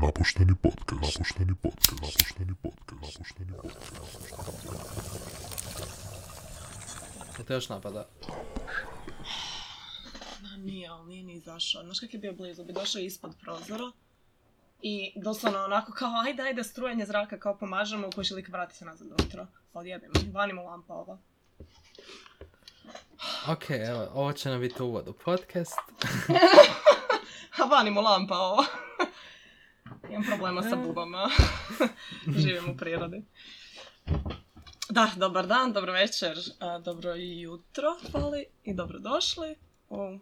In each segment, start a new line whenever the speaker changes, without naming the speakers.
Napušteni podcast. Napušteni podcast. Napušteni podcast. Napušteni podcast.
Jel te još napada?
Ma nije, ali nije ni izašao. Znaš kak je bio blizu? Bi došao ispod prozora i doslovno onako kao ajde, ajde, strujanje zraka kao pomažemo, u koši lik vrati se nazad unutra. Odjebim, vani mu lampa ova.
Ok, evo, ovo će nam biti uvod u podcast.
A vani mu lampa ova. Imam problema sa bubama. Živim u prirodi. Da, dobar dan, dobro večer, a, dobro jutro, fali, i dobrodošli u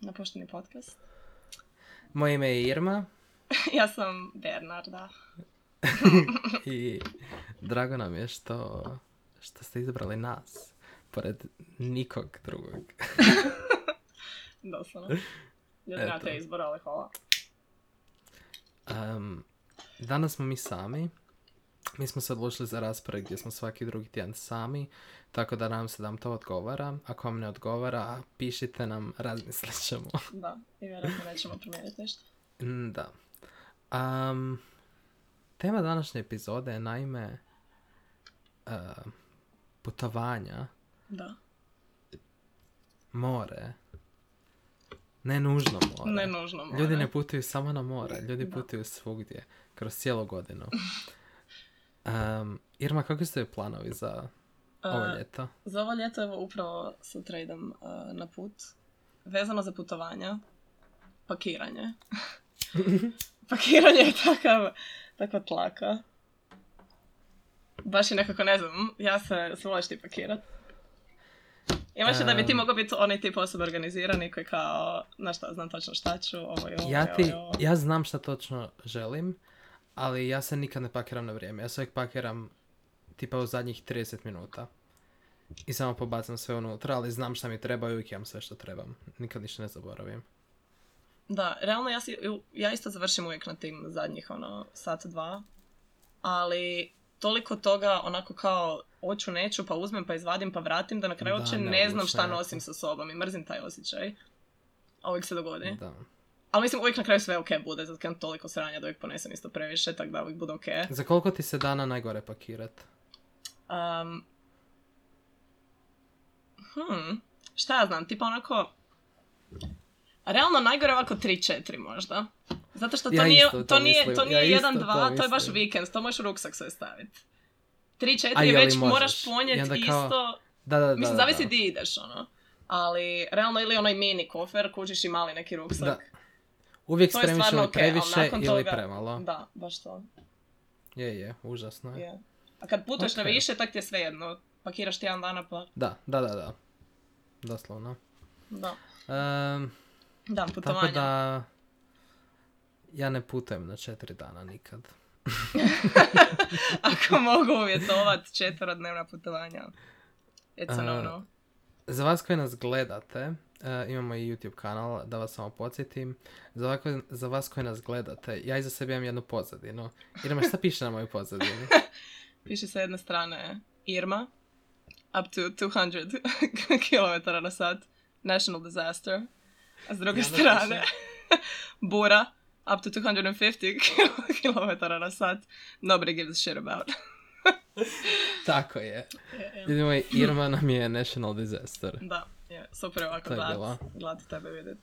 napušteni podcast.
Moje ime je Irma
ja sam Bernarda.
i drago nam je što, što ste izabrali nas. Pored nikog drugog.
Doslovno. Ja
Eto.
znate izbor, ali hvala.
Em, danas smo mi sami. Mi smo se odlučili za rasprave gdje smo svaki drugi tjedan sami, tako da nam se dam to odgovara. Ako vam ne odgovara, pišite nam, razmislit ćemo.
Da, i vjerojatno nećemo promijeniti ništa.
Mm, Da. Am, tema današnje epizode je naime e, putovanja,
Da.
more. Ne nužno more.
Ne nužno more.
Ljudi ne putuju samo na more, ljudi
Da.
putuju svugdje, kroz cijelu godinu. Am, Irma, kakvi su joj planovi za ovo
E,
ljeto?
Za ovo ljeto evo upravo sutra idem e, na put. Vezano za putovanja, pakiranje. pakiranje je takav, takva tlaka. Baš i nekako ne znam, ja se se voliš ti pakirat. I možda da bi ti
Em.
mogao biti onaj tip osobe organizirani koji kao, znaš šta, znam točno šta ću, ovo i ovo, i
Ja,
ovo
ti,
i ovo.
ja znam šta točno želim, ali ja se nikad ne pakiram na vrijeme. Ja se uvijek pakiram tipa u zadnjih 30 minuta. I samo pobacam sve unutra, ali znam šta mi treba i uvijek imam sve što trebam. Nikad ništa ne zaboravim.
Da, realno ja, si, ja isto završim uvijek na tim zadnjih ono, sat, dva, ali toliko toga onako kao oću neću, pa uzmem, pa izvadim, pa vratim, da na kraju
Da,
uopće ne,
neodlučno
znam šta
jako.
nosim sa sobom i mrzim taj osjećaj. A uvijek se dogodi.
Da.
Ali mislim, uvijek na kraju sve ok bude, zato kad imam toliko sranja da uvijek ponesem isto previše, tako da uvijek bude ok.
Za koliko ti se dana najgore pakirat?
Um, hmm, šta ja znam, tipa onako... Realno najgore ovako 3-4 možda. Zato što to
Ja
nije,
isto to
to nije, to
mislim,
nije
ja
1-2,
isto
to,
to
je baš
mislim.
vikend, to možeš u ruksak sve staviti.
A
3-4
je li
već
možeš?
moraš
I onda
ponijeti
kao-
isto,
Da, da, da.
mislim
da,
zavisi
da.
di ideš ono. Ali realno ili onaj mini kofer, kužiš i mali neki ruksak.
Da. Uvijek
To je
spremiš
stvarno
ili
okej, ali
previše
nakon
ili
toga-
premalo.
Da, baš to.
Je, je, užasno je.
Je. A kad putuješ na
Okej.
više, tak ti je svejedno. Pakiraš tjedan dana pa...
Da, da, da, da. Doslovno.
Da,
Em,
da putovanja.
Tako da ja ne putujem na četiri dana nikad.
Ako mogu uvjetovat četverodnevna putovanja. It's a no
A,
no.
Za vas koji nas gledate, e, imamo i YouTube kanal, da vas samo podsjetim. Za, ovako- za vas koji nas gledate, ja iza sebe imam jednu pozadinu. Irma, šta piše na mojoj pozadini?
Piše sa jedne strane Irma, up to 200 km na sat, national disaster. A s druge
I onda piše-
strane, Bura, up to 250 km na sat, nobody gives a shit about.
Tako je. Ljudi moji, Irma nam je national disaster.
Da, je, super je ovako
To je bila.
glad, glad tebe vidjet.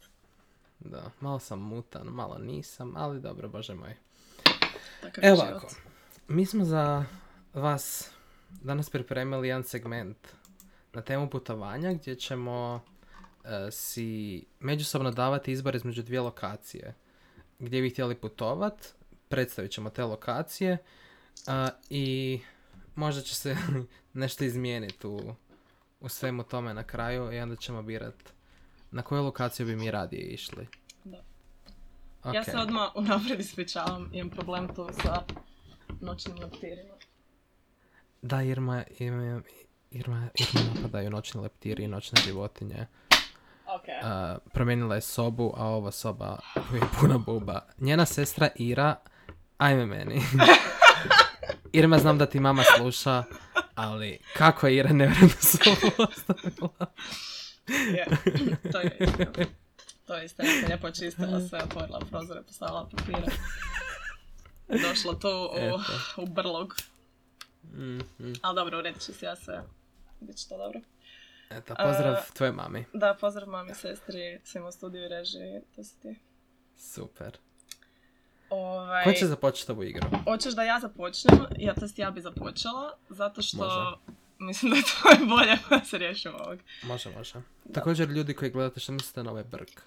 Da, malo sam mutan, malo nisam, ali dobro, bože moj.
Takav je
Evo
život.
ovako, mi smo za vas danas pripremili jedan segment na temu putovanja gdje ćemo e, si međusobno davati izbor između dvije lokacije gdje bi htjeli putovat, predstavit ćemo te lokacije a, i možda će se nešto izmijeniti u, u svemu tome na kraju i onda ćemo birat na koju lokaciju bi mi radije išli.
Da. Ja
Ok.
se odmah unaprijed ispričavam, imam problem tu sa noćnim leptirima.
Da, Irma, Irma, Irma, Irma napadaju noćni leptiri i noćne životinje.
Ok.
A, promijenila je sobu, a ova soba je puna buba. Njena sestra Ira, ajme meni. Irma, znam da ti mama sluša, ali kako je Ira nevredno sobu ostavila?
Je, to je istina. To je istina, sam lijepo očistila sve, otvorila prozore, postavila papire. došla tu u,
Eto.
u brlog. Mm.
Mhm.
Ali dobro, uredit ću se ja sve. Biće to dobro.
Eto, pozdrav
A-
tvoje mami.
Da, pozdrav mami, sestri, svima u studiju i režiji, to si ti.
Super.
Ovaj,
Ko će započeti ovu igru?
Hoćeš da ja započnem? Ja, to jest ja bi započela, zato što
Može.
mislim da je to bolje da se riješimo ovog.
Može, može. Također, ljudi koji gledate, što mislite na ovaj brk?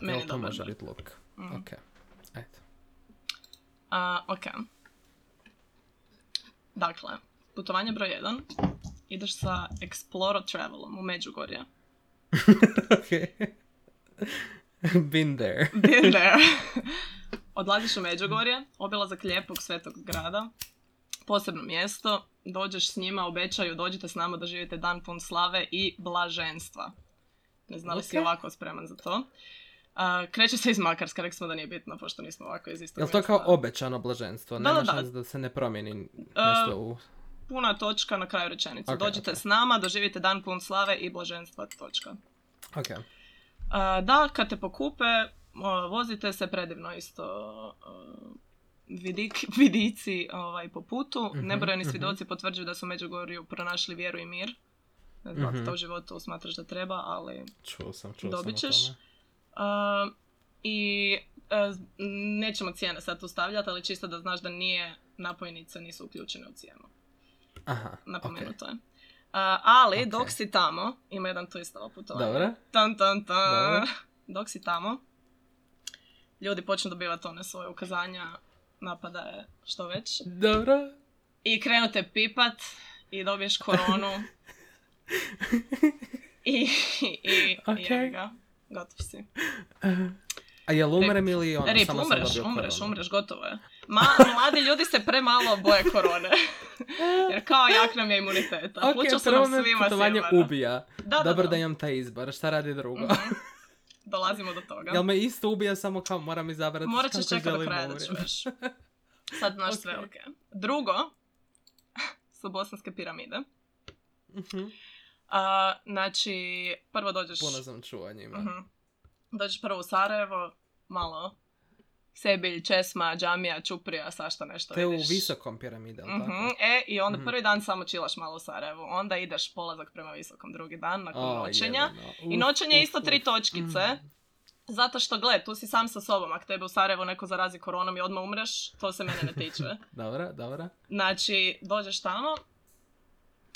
Meni
Jel to
dobar
može
brk.
biti luk?
Mhm.
Ok. Ajde.
A, ok. Dakle, putovanje broj 1. Ideš sa Exploro Travelom u Međugorje.
ok. Been there.
Been there. Odlaziš u Međugorje, obilazak lijepog svetog grada, posebno mjesto, dođeš s njima, obećaju, dođite s nama da živite dan pun slave i blaženstva. Ne znam li si
Ok.
ovako spreman za to. A, kreće se iz Makarska, rekli smo da nije bitno, pošto nismo ovako iz istog
Jel to
mjesta.
kao obećano blaženstvo?
Da,
Nema
da, E, da.
šanse da se ne promijeni nešto u...
Puna točka na kraju rečenice.
Ok,
dođite
ok.
s nama, doživite dan pun slave i blaženstva, točka.
Ok.
A, da, kad te pokupe, o, vozite se predivno isto o, vidik, vidici ovaj, po putu.
Mhm,
Nebrojeni
mhm.
svjedoci potvrđuju da su u Međugorju pronašli vjeru i mir. Ne znam ako
Mhm.
to u životu smatraš da treba, ali...
Čuo sam, čuo
Dobit
sam o
ćeš.
tome.
a, I a, z- nećemo cijene sad tu stavljati, ali čisto da znaš da nije napojnice nisu uključene u cijenu.
Aha, ok.
Napomenuto je. A, ali
Ok.
dok si tamo, ima jedan twist ovo putovanje.
Dobro.
Tan, tan, tan.
Dobro.
Dok si tamo, ljudi počnu dobivati one svoje ukazanja, napadaje, što već.
Dobro.
I krenu te pipat i dobiješ koronu. I, i,
Ok.
i jebi ga, gotov si.
A jel umrem ili ono,
E, Rip,
samo sam
umreš,
dobio
umreš,
koronu?
umreš, gotovo je. Ma, mladi ljudi se premalo boje korone. Jer kao jak nam je imunitet. A
E, Ok,
pluća se
prvo
nam
me
svima
putovanje
sjebana.
ubija.
Da, da,
Dobro
da.
da imam taj izbor, šta radi drugo?
Mhm. Dolazimo do toga.
Jel me isto ubija samo kao moram izabrati
Morat
kako
ćeš čekati do
želim
kraja da
umrijeti?
čuješ. Sad znaš sve,
Ok.
ok. Drugo su bosanske piramide.
Mhm.
A, znači, prvo dođeš...
Puno sam čuo o njima.
Mhm. Dođeš prvo u Sarajevo, malo. Sebilj, Česma, Džamija, Čuprija, svašta nešto
To je u
vidiš.
visokom piramidu, jel
Mhm,
tako?
E, i onda
Mhm.
prvi dan samo čilaš malo u Sarajevu. Onda ideš polazak prema visokom drugi dan nakon
O,
Dakle, noćenja.
jebeno.
I
Uf,
noćenje je
uf,
isto
uf.
tri točkice.
Mm.
Zato što, gled, tu si sam sa sobom. Ako tebe u Sarajevu neko zarazi koronom i odmah umreš, to se mene ne tiče.
Dobra, dobra.
Znači, dođeš tamo,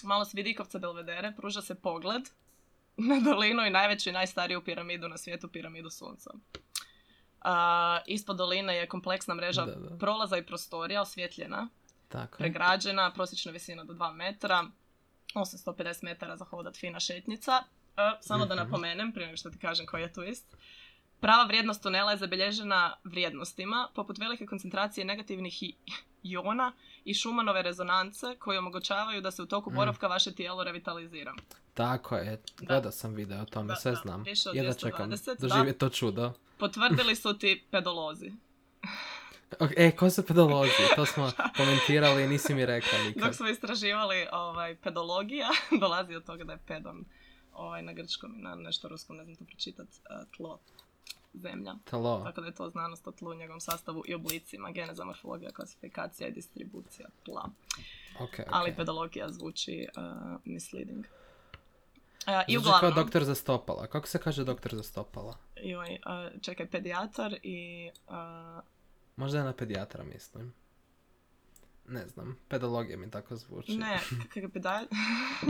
malo s vidikovca Belvedere, pruža se pogled na dolinu i najveću i najstariju piramidu na svijetu, piramidu sunca. A, ispod doline je kompleksna mreža
Da, da.
prolaza i prostorija osvjetljena,
Tako. je.
pregrađena, prosječna visina do 2 metra, 850 metara za hodat fina šetnica. E, samo da
Mhm.
napomenem, prije nego što ti kažem koji je twist, prava vrijednost tunela je zabilježena vrijednostima, poput velike koncentracije negativnih i- iona i šumanove rezonance koje omogućavaju da se u toku
Mm.
boravka vaše tijelo revitalizira.
Tako je. Gledao sam video o tome,
Da,
sve
da,
znam.
više od
Jedva čekam
220, da.
doživjeti to čudo.
Potvrdili su ti pedolozi.
Ok, E, ko su pedolozi? To smo komentirali i nisi mi rekao nikad.
Dok smo istraživali ovaj, pedologija, dolazi od toga da je pedon ovaj, na grčkom i na nešto ruskom, ne znam to pročitat, e, tlo, zemlja.
Talo.
Tako da je to znanost o tlu, njegovom sastavu i oblicima, geneza, morfologija, klasifikacija i distribucija tla.
Ok, ok.
Ali pa- pedologija zvuči uh, misleading. Uh, I
Zvuči kao
uglavnom,
doktor za stopala. Kako se kaže doktor za stopala?
joj, uh, čekaj, pedijatar i uh,
Možda je na pedijatra mislim. Ne znam, pedologija mi tako zvuči.
ne, kakav je pedijatar?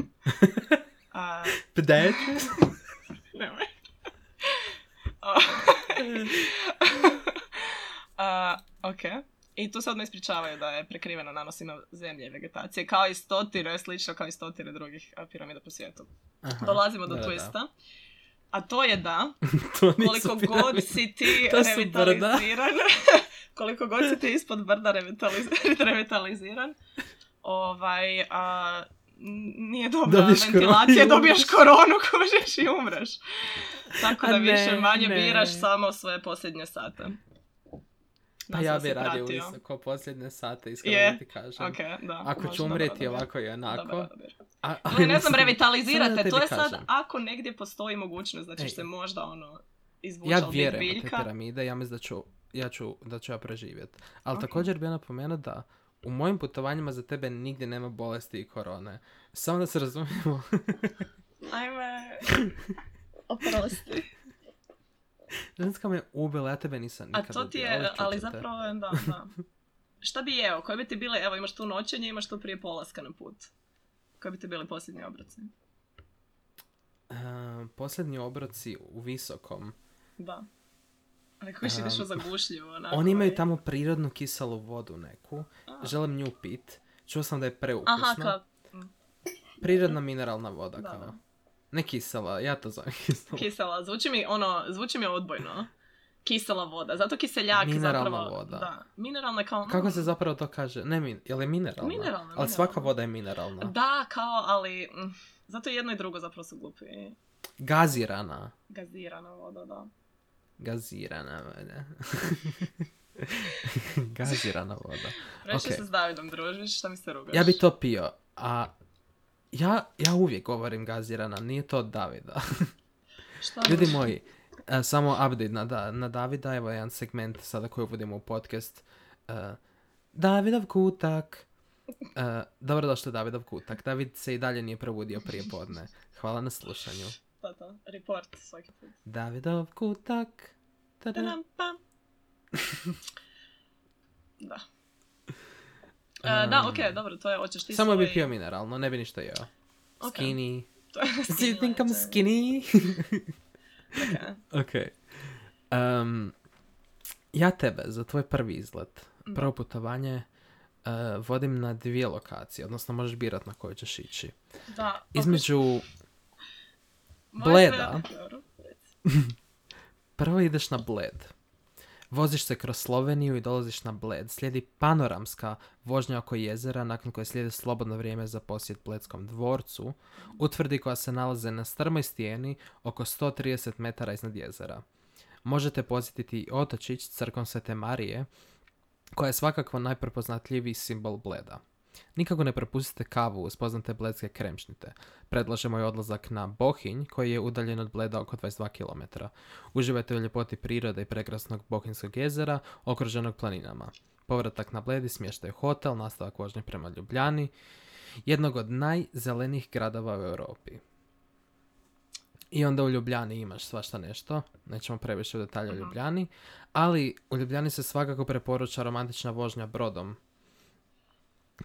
uh,
Pediatra?
nemoj. Uh, ok. I tu se odmah ispričavaju da je prekrivena nanosima zemlje i vegetacije, kao i stotine, slično kao i stotine drugih uh, piramida po svijetu.
Aha,
Dolazimo do
da, da.
twista. A to je da,
To nisu
koliko
piramide.
god si ti
To su brda.
revitaliziran, koliko god si ti ispod brda revitaliz- revitaliziran, ovaj, a, n- nije dobra
Dobiješ koronu
ventilacija,
i
dobiješ
umreš.
koronu, kužiš i umreš. Tako
A
da
ne,
više manje
ne.
biraš samo svoje posljednje sate.
Pa
Nas
ja
nas
bi
je
radio
pratio.
visoko posljednje sate, iskreno
Je.
da ti kažem.
Ok, da.
Ako ću
možda,
umrijeti
dobro,
ovako i
dobro,
onako.
dobro, dobro.
A,
Ali ne znam,
mislim, samo
revitalizirate,
da
to
tebi
je sad
kažem.
ako negdje postoji mogućnost da ćeš
Ej.
se možda ono izvući
Ja
od
vjerujem u te
biljka.
piramide, ja mislim da ću ja ću, da ću ja preživjeti. Ali također bi ja napomenuo da u mojim putovanjima za tebe nigdje nema bolesti i korone. Samo da se razumijemo.
Ajme, oprosti.
Ženska me ubila, ja tebe nisam
A
nikad
to ti
ubila,
je,
ali
ali
čučete.
zapravo, je, da, da. Šta bi jeo? Koje bi ti bile, evo imaš tu noćenje, imaš tu prije polaska na put. Koji bi ti bili posljednji obroci?
Ehm, posljednji obroci u Visokom.
Da. Ali koji
Em,
ideš u zagušljivo, onako.
Oni imaju
i-
tamo prirodnu kisalu vodu neku.
A.
Želim nju pit. Čuo sam da je preukusna.
Aha, kao
Prirodna mineralna voda
Da,
kao.
da.
Ne kisela, ja to zovem kisela.
kisela, zvuči mi, ono, zvuči mi odbojno. Kisela voda, zato kiseljak
Mineralna
zapravo...
voda.
Da, mineralna kao... mm.
Kako se zapravo to kaže? Ne, min, je li mineralna?
Mineralna,
Ali
mineralna.
svaka voda je mineralna.
Da, kao, ali... mm, Zato i jedno i drugo zapravo su glupi.
Gazirana.
Gazirana voda, da.
Gazirana voda. Gazirana voda.
Previše
Ok.
se s Davidom družiš, šta mi se rugaš?
Ja bi to pio, a ja, ja uvijek govorim gazirana, nije to od Davida.
Šta
Ljudi
družiš?
moji, e, samo update na, da, na Davida, evo jedan segment sada koji uvodimo u podcast. E, Davidov kutak. E, dobrodošli u Davidov kutak. David se i dalje nije probudio prije podne. Hvala na slušanju.
Da, da, Pa report svaki put.
Davidov kutak. Ta-da.
Tadam, pam. da. E,
Em,
da, okej, dobro, to je, hoćeš ti
Um, Samo bi
svoj-
pio mineralno, ne bi ništa jeo.
Ok.
Skinny.
To je
Do you think I'm
skinny,
skinny?
ok.
ok. Em, ja tebe za tvoj prvi izlet,
Da.
prvo putovanje, eh, vodim na dvije lokacije, odnosno možeš birat na koju ćeš ići.
Da,
Između,
Moje
Bleda.
sve- dobro, reci.
prvo ideš na Bled. Voziš se kroz Sloveniju i dolaziš na Bled. Slijedi panoramska vožnja oko jezera, nakon koje slijedi slobodno vrijeme za posjet Bledskom dvorcu, utvrdi koja se nalaze na strmoj stijeni oko 130 metara iznad jezera. Možete posjetiti i otočić crkom Svete Marije, koja je svakako najprepoznatljiviji simbol Bleda. Nikako ne propustite kavu uz poznate bledske kremšnite. Predlažemo i odlazak na Bohinj, koji je udaljen od Bleda oko 22 km. Uživajte u ljepoti prirode i prekrasnog Bohinjskog jezera, okruženog planinama. Povratak na Bled i smještaj u hotel, nastavak vožnje prema Ljubljani, jednog od najzelenijih gradova u Europi. I onda u Ljubljani imaš svašta nešto, nećemo previše u detalje o
Mhm.
Ljubljani, ali u Ljubljani se svakako preporuča romantična vožnja brodom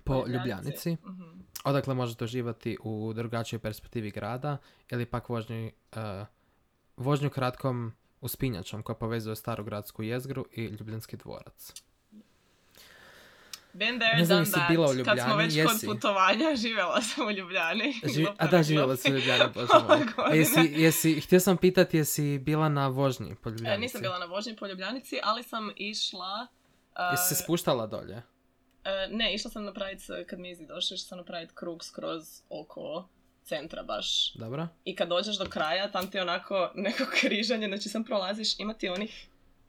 po Ljubljanici,
Mhm.
odakle možete uživati u drugačijoj perspektivi grada ili pak vožnju, eh, vožnju kratkom uspinjačom koja povezuje staru gradsku jezgru i Ljubljanski dvorac.
Been there,
Ne znam
done
jesi
that.
bila u
Kad smo
Ljubljani,
već
jesi?
kod putovanja, živjela sam u Ljubljani.
Živi,
Glupo
Znači, a da,
rekla.
živjela si u Ljubljani, bože
Ove
moj. A
godine.
jesi, jesi, htio sam pitati jesi bila na vožnji po
E,
Ljubljanici?
nisam bila na vožnji po Ljubljanici, ali sam išla... e,
Jesi se spuštala dolje?
e, ne, išla sam napraviti, kad mi je izvid došao, išla sam napraviti krug skroz oko centra baš.
Dobro?
I kad dođeš do kraja, tam ti je onako neko križanje, znači sam prolaziš, ima ti onih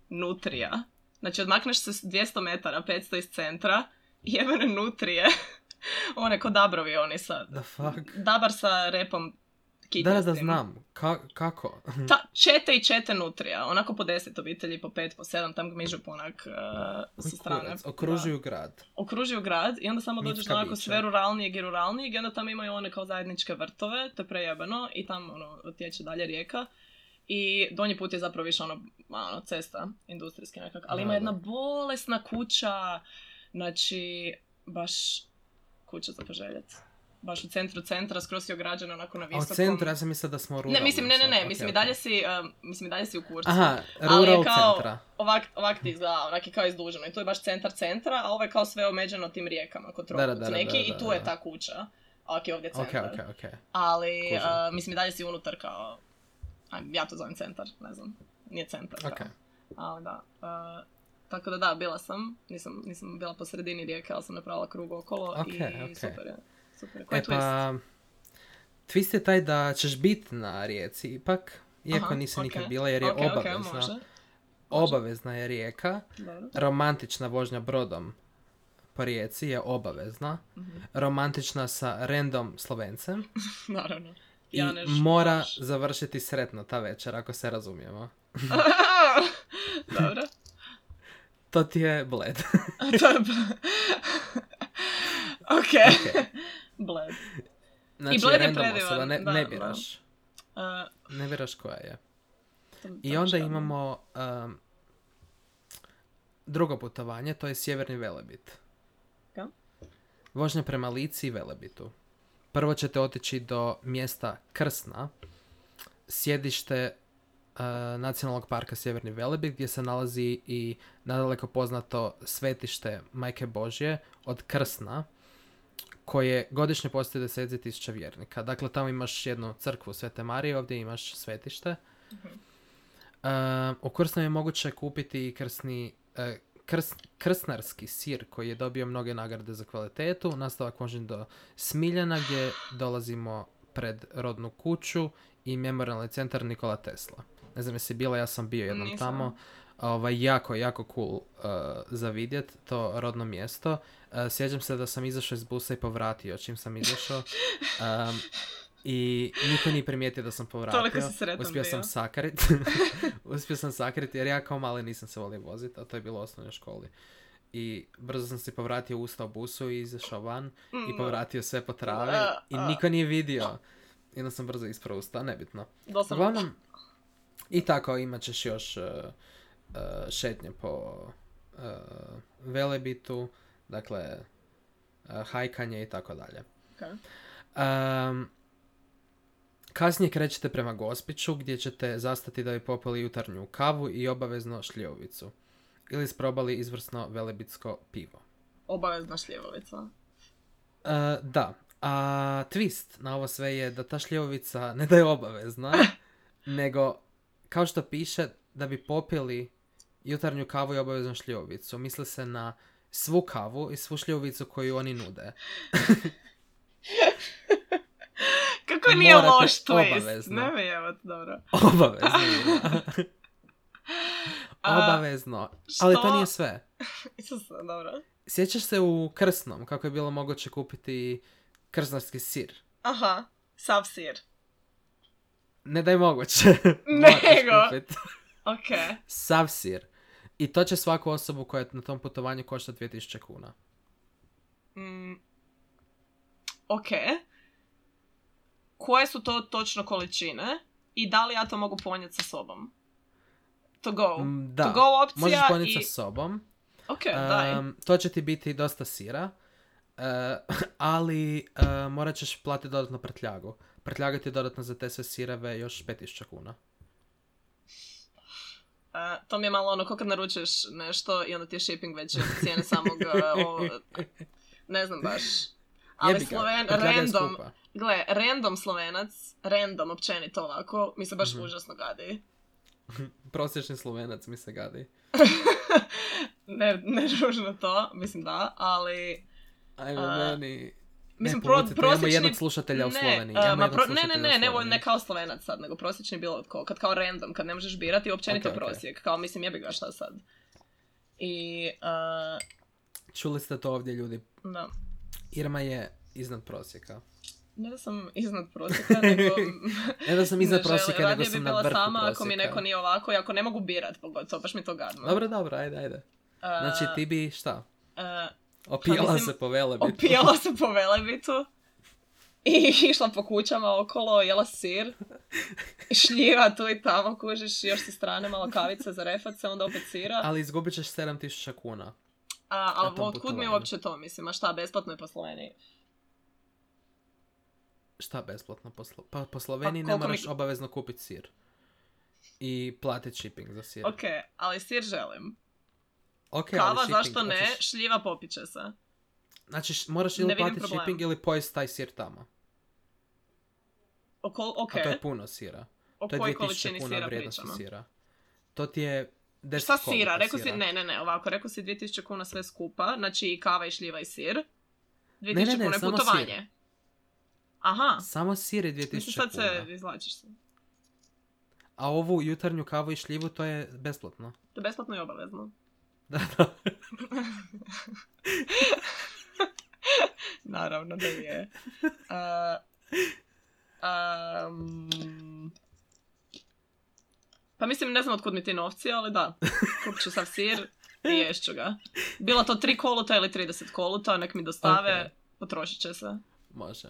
nutrija. Znači odmakneš se s 200 metara, 500 iz centra, i jebene nutrije. One ko dabrovi oni sa...
The fuck?
Dabar sa
Da,
repom
da,
kitnjastim.
da, znam. Ka- kako?
Ta, čete i čete nutrija, onako po deset obitelji, po pet, po sedam, tam gmižu ponak uh, sa
Koji
strane.
kurac? Okružuju grad.
Da. Okružuju grad i onda samo dođeš
Mitka
do onako
bića.
sve ruralnijeg i ruralnijeg i onda tam imaju one kao zajedničke vrtove, to je prejebano i tam ono, tječe dalje rijeka. I donji put je zapravo više ono, ma, ono cesta, industrijski nekako. Ali
Da,
ima
da.
jedna bolesna kuća, znači baš kuća za poželjet. Baš u centru centra, skroz je ograđena onako na
A od
visokom.
centra, ja sam mislila da smo ruralni.
Ne, mislim, ne, ne, ne,
sad.
mislim,
Ok,
i
ok.
dalje si, um, mislim, i dalje si u kurcu.
Aha,
Ali je
rural
kao-
centra.
Ovak, ovak ti izgleda, onak je kao izduženo. I tu je baš centar centra, a ovo je kao sve omeđeno tim rijekama, kod
Da, da, da,
Trokut
da, da,
neki,
da,
i tu
da.
je ta kuća. A ok, ovdje je
Ok,
centar.
ok, ok.
Ali,
Kužim.
uh, mislim, i dalje si unutar kao, a, ja to zovem centar, ne znam, nije centar. kao.
Ok.
Ali da, uh, tako da da, bila sam, nisam, nisam bila po sredini rijeke, ali sam napravila krug okolo
Ok,
i
ok.
super je. Super je. Koji
E
je twist?
pa, twist je taj da ćeš bit na rijeci ipak, iako
Aha,
nisi
ok.
nikad bila jer je
Ok, ok,
obavezna.
može.
Obavezna je rijeka,
Dobro.
romantična vožnja brodom po rijeci je obavezna,
Mhm.
romantična sa random slovencem
Naravno.
i
Ja ne
mora
znaš.
završiti sretno ta večer, ako se razumijemo.
Dobro.
to ti je bled.
To je... bl- ok. Bled.
Znači,
bled je
random
predivan,
osoba, ne,
da,
ne
da.
biraš.
Uh,
Ne biraš koja je.
tam-
I
tam
onda
šta?
imamo um, drugo putovanje, to je sjeverni Velebit.
Da.
Vožnja prema Lici i Velebitu. Prvo ćete otići do mjesta Krsna, sjedište uh, Nacionalnog parka Sjeverni Velebit, gdje se nalazi i nadaleko poznato svetište Majke Božje od Krsna, koje godišnje postoji deseci tisuća vjernika. Dakle, tamo imaš jednu crkvu Svete Marije, ovdje imaš svetište. E, u Krsnom je moguće kupiti i krsni, e, krs- krsnarski sir koji je dobio mnoge nagrade za kvalitetu. Nastavak možem do Smiljana gdje dolazimo pred rodnu kuću i memorialni centar Nikola Tesla. Ne znam jesi bila, ja sam bio jednom
Nisam.
tamo. Ovaj, jako, jako cool e, za vidjet to rodno mjesto. E, sjećam se da sam izašao iz busa i povratio čim sam izašao. Em, I niko nije primijetio da sam povratio.
Toliko si sretan
Uspio
bio.
sam sakrit. Uspio sam sakrit jer ja kao mali nisam se volio voziti, a to je bilo u osnovnoj školi. I brzo sam se povratio, ustao busu i izašao van i
Mm,
povratio sve po travi
A,
i
a.
niko nije vidio. I onda sam brzo ispravo ustao, nebitno.
Doslovno.
Uglavnom, i tako imat ćeš još e, e, šetnje po e, velebitu, dakle, e, hajkanje i tako dalje.
Ok.
Ehm, kasnije krećete prema Gospiću gdje ćete zastati da bi popili jutarnju kavu i obavezno šljivovicu. Ili sprobali izvrsno velebitsko pivo.
Obavezna šljivovica.
E, da, a twist na ovo sve je da ta šljivovica ne da je obavezna, nego kao što piše da bi popili jutarnju kavu i obaveznu šljivovicu. Misli se na svu kavu i svu šljivovicu koju oni nude.
Kako nije
Morate
loš twist?
obavezno.
Ne mi jebat, dobro.
Obavezno.
A,
Obavezno. Ali to
što-
nije sve.
Isuse, dobro.
Sjećaš se u Krsnom kako je bilo moguće kupiti krsnarski sir?
Aha, sav sir.
Ne da je moguće.
Nego.
kupit
Ok.
sav sir. I to će svaku osobu koja je na tom putovanju košta 2000 kuna.
Mm. Ok. Koje su to točno količine? I da li ja to mogu ponijeti sa sobom? To go.
Mm,
To
Da,
go opcija
možeš ponijeti
i...
sa sobom.
Ok, daj.
Em, to će ti biti dosta sira. e, ali e, morat ćeš platiti dodatno prtljagu. Prtljaga ti je dodatno za te sve sireve još 5000 kuna.
E, to mi je malo ono, kako kad naručuješ nešto i onda ti je shipping već od cijene samog, e, ovo, ne znam baš. Ali
Jebi ga,
Sloven,
prtljaga je
random,
skupa.
Gle, random slovenac, random općenito ovako, mi se baš
Mhm.
užasno gadi.
Prosječni slovenac mi se gadi.
Ne, ne ružno to, mislim da, ali...
Ajme,
A,
meni...
Mislim,
ne,
pro-
povucite, imamo
prosječni-
jednog slušatelja u Sloveniji.
Ne, a,
imamo
ma
jednog
pro- ne, ne,
slušatelja u
ne, ne,
Sloveniji.
ne kao slovenac sad, nego prosječni bilo tko. Kad kao random, kad ne možeš birati, općenito
Ok, ok.
prosjek. Kao, mislim, jebi ga šta sad. I, uh,
Čuli ste to ovdje, ljudi.
da,
Irma je iznad prosjeka.
ne da sam iznad prosjeka, nego...
Ne da sam iznad
ne želim.
prosjeka, nego
Radije
sam
bi
na
bila
vrhu
sama
prosjeka.
ako mi neko nije ovako i ako ne mogu birat pogotovo, baš mi to gadno. E,
Dobro, dobro, ajde, ajde.
A,
Znači, ti bi, šta?
a,
Opijala
Pa, mislim,
se po velebitu.
Opijala se po velebitu i išla po kućama okolo, jela sir, šljiva tu i tamo, kužiš, još sa strane malo kavice za reface, onda opet sira.
Ali izgubit ćeš 7000 kuna.
A,
na
a
tom
otkud mi
putovanju.
uopće to, mislim, a šta, besplatno je po Sloveniji.
Šta besplatno? Po, Slo- pa, po Sloveniji ne
koliko mi-
moraš obavezno kupiti sir. I platit shipping za sir.
Ok, ali sir želim.
Ok, ali
Kava,
shipping,
zašto ne,
hoćeš-
šljiva popiće se.
Znači, š- moraš
Ne
ili
vidim
platiti
problem.
shipping ili pojesti taj sir tamo.
Oko, ok,
A to je puno sira.
o
To je
kojoj
2000
količini
kuna
sira
vrijednosti
pričamo?
sira. To ti je 10
E, Šta
kolica
sira? Rekao si,
sira.
ne, ne, ne, ovako, rekao si 2000 kuna sve skupa, znači i kava i šljiva i sir. 2000
ne, ne,
kuna je
samo
putovanje.
sir.
Aha,
Samo sir je 2000
mislim sad se
kuna.
izlačiš se.
A ovu jutarnju kavu i šljivu to je besplatno.
To je besplatno i obavezno.
Da, da.
Naravno da je. Uh, um, pa mislim, ne znam otkud mi ti novci, ali da. Kupit ću sav sir, i ješću ga. Bilo to 3 koluta ili 30 koluta, nek mi dostave, potrošit će se.
Može.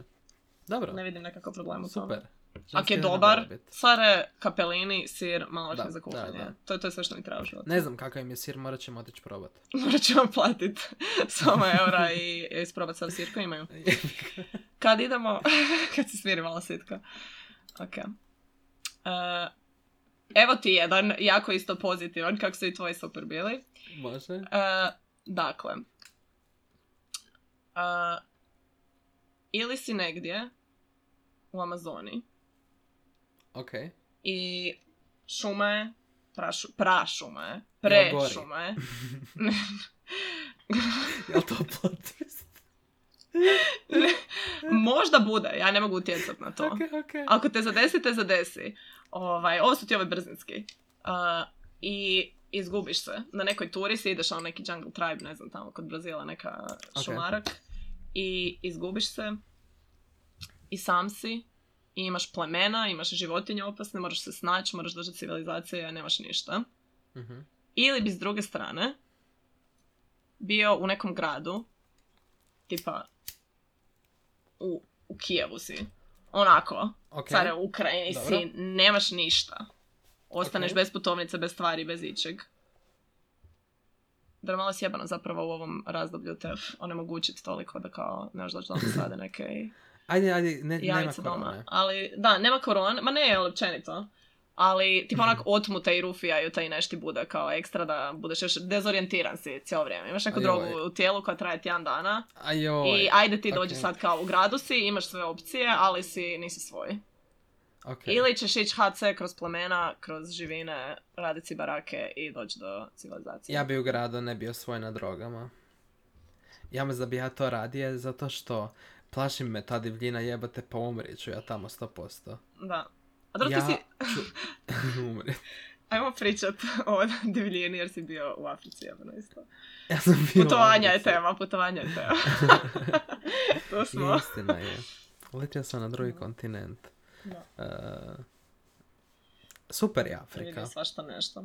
Dobro,
Ne vidim nekakav problem u tome.
super. Znači,
Ako
Ženski
je
ne
dobar,
mora bit.
sare, kapelini, sir, malo
Da,
za kuhanje.
da, da.
To, je- to je sve što mi treba u životu.
Ne znam kakav im je sir, morat ćemo otići probat.
Morat ću vam platit sama eura i i isprobat sav sir koji imaju. Kad idemo, kad se smiri malo sitka. Ok. E, evo ti jedan, jako isto pozitivan, kako su i tvoji super bili.
Može.
E, dakle. E, ili si negdje u Amazoni
Ok.
i šuma je, prašu, prašuma je, prešuma je.
Jel to podcast?
Možda bude, ja ne mogu utjecati na to.
Ok, ok.
Ako te zadesi, te zadesi. Ovaj, ovo su ti ovi brzinski. A, I izgubiš se. Na nekoj turi si ideš na neki jungle tribe, ne znam, tamo kod Brazila neka
Ok.
šumarak. I izgubiš se. I sam si. I imaš plemena, imaš životinje opasne, moraš se snaći, moraš držati civilizacije, a nemaš ništa.
Mhm.
Ili bi s druge strane bio u nekom gradu, tipa u, u Kijevu si, onako,
Ok.
care u Ukrajini
Dobro.
si, nemaš ništa. Ostaneš
Ok.
bez putovnice, bez stvari, bez ičeg. Da je malo sjebano zapravo u ovom razdoblju te onemogućiti toliko da kao, ne znaš da li sade neke i
Ajde, ajde, ne, nema
jajice
korone.
doma. Ali, da, nema korone, ma ne, ali općenito. Ali, tipa
Mhm.
onak otmuta i rufijaju te i nešti bude kao ekstra da budeš još dezorijentiran si cijelo vrijeme. Imaš neku
Ajoj.
drogu u tijelu koja traje tjedan dana
Ajoj.
i ajde ti dođi
ok.
sad kao u gradu si, imaš sve opcije, ali si, nisi svoj.
Ok.
Ili ćeš ići HC kroz plemena, kroz živine, radici barake i doći do civilizacije.
Ja bi u gradu ne bio svoj na drogama. Ja mislim da bi ja to radije zato što plašim me ta divljina jebate pa umrit ću ja tamo 100%.
Da. A dobro ti
ja
si,
ću umrit.
ajmo pričat o divljini jer si bio u Africi, jebeno isto.
Ja sam bio
Putovanja je
ovdje.
tema, putovanja je tema. to smo.
Je, Istina je. Letio sam na drugi kontinent.
Da.
E, super je Afrika.
Vidio svašta nešto.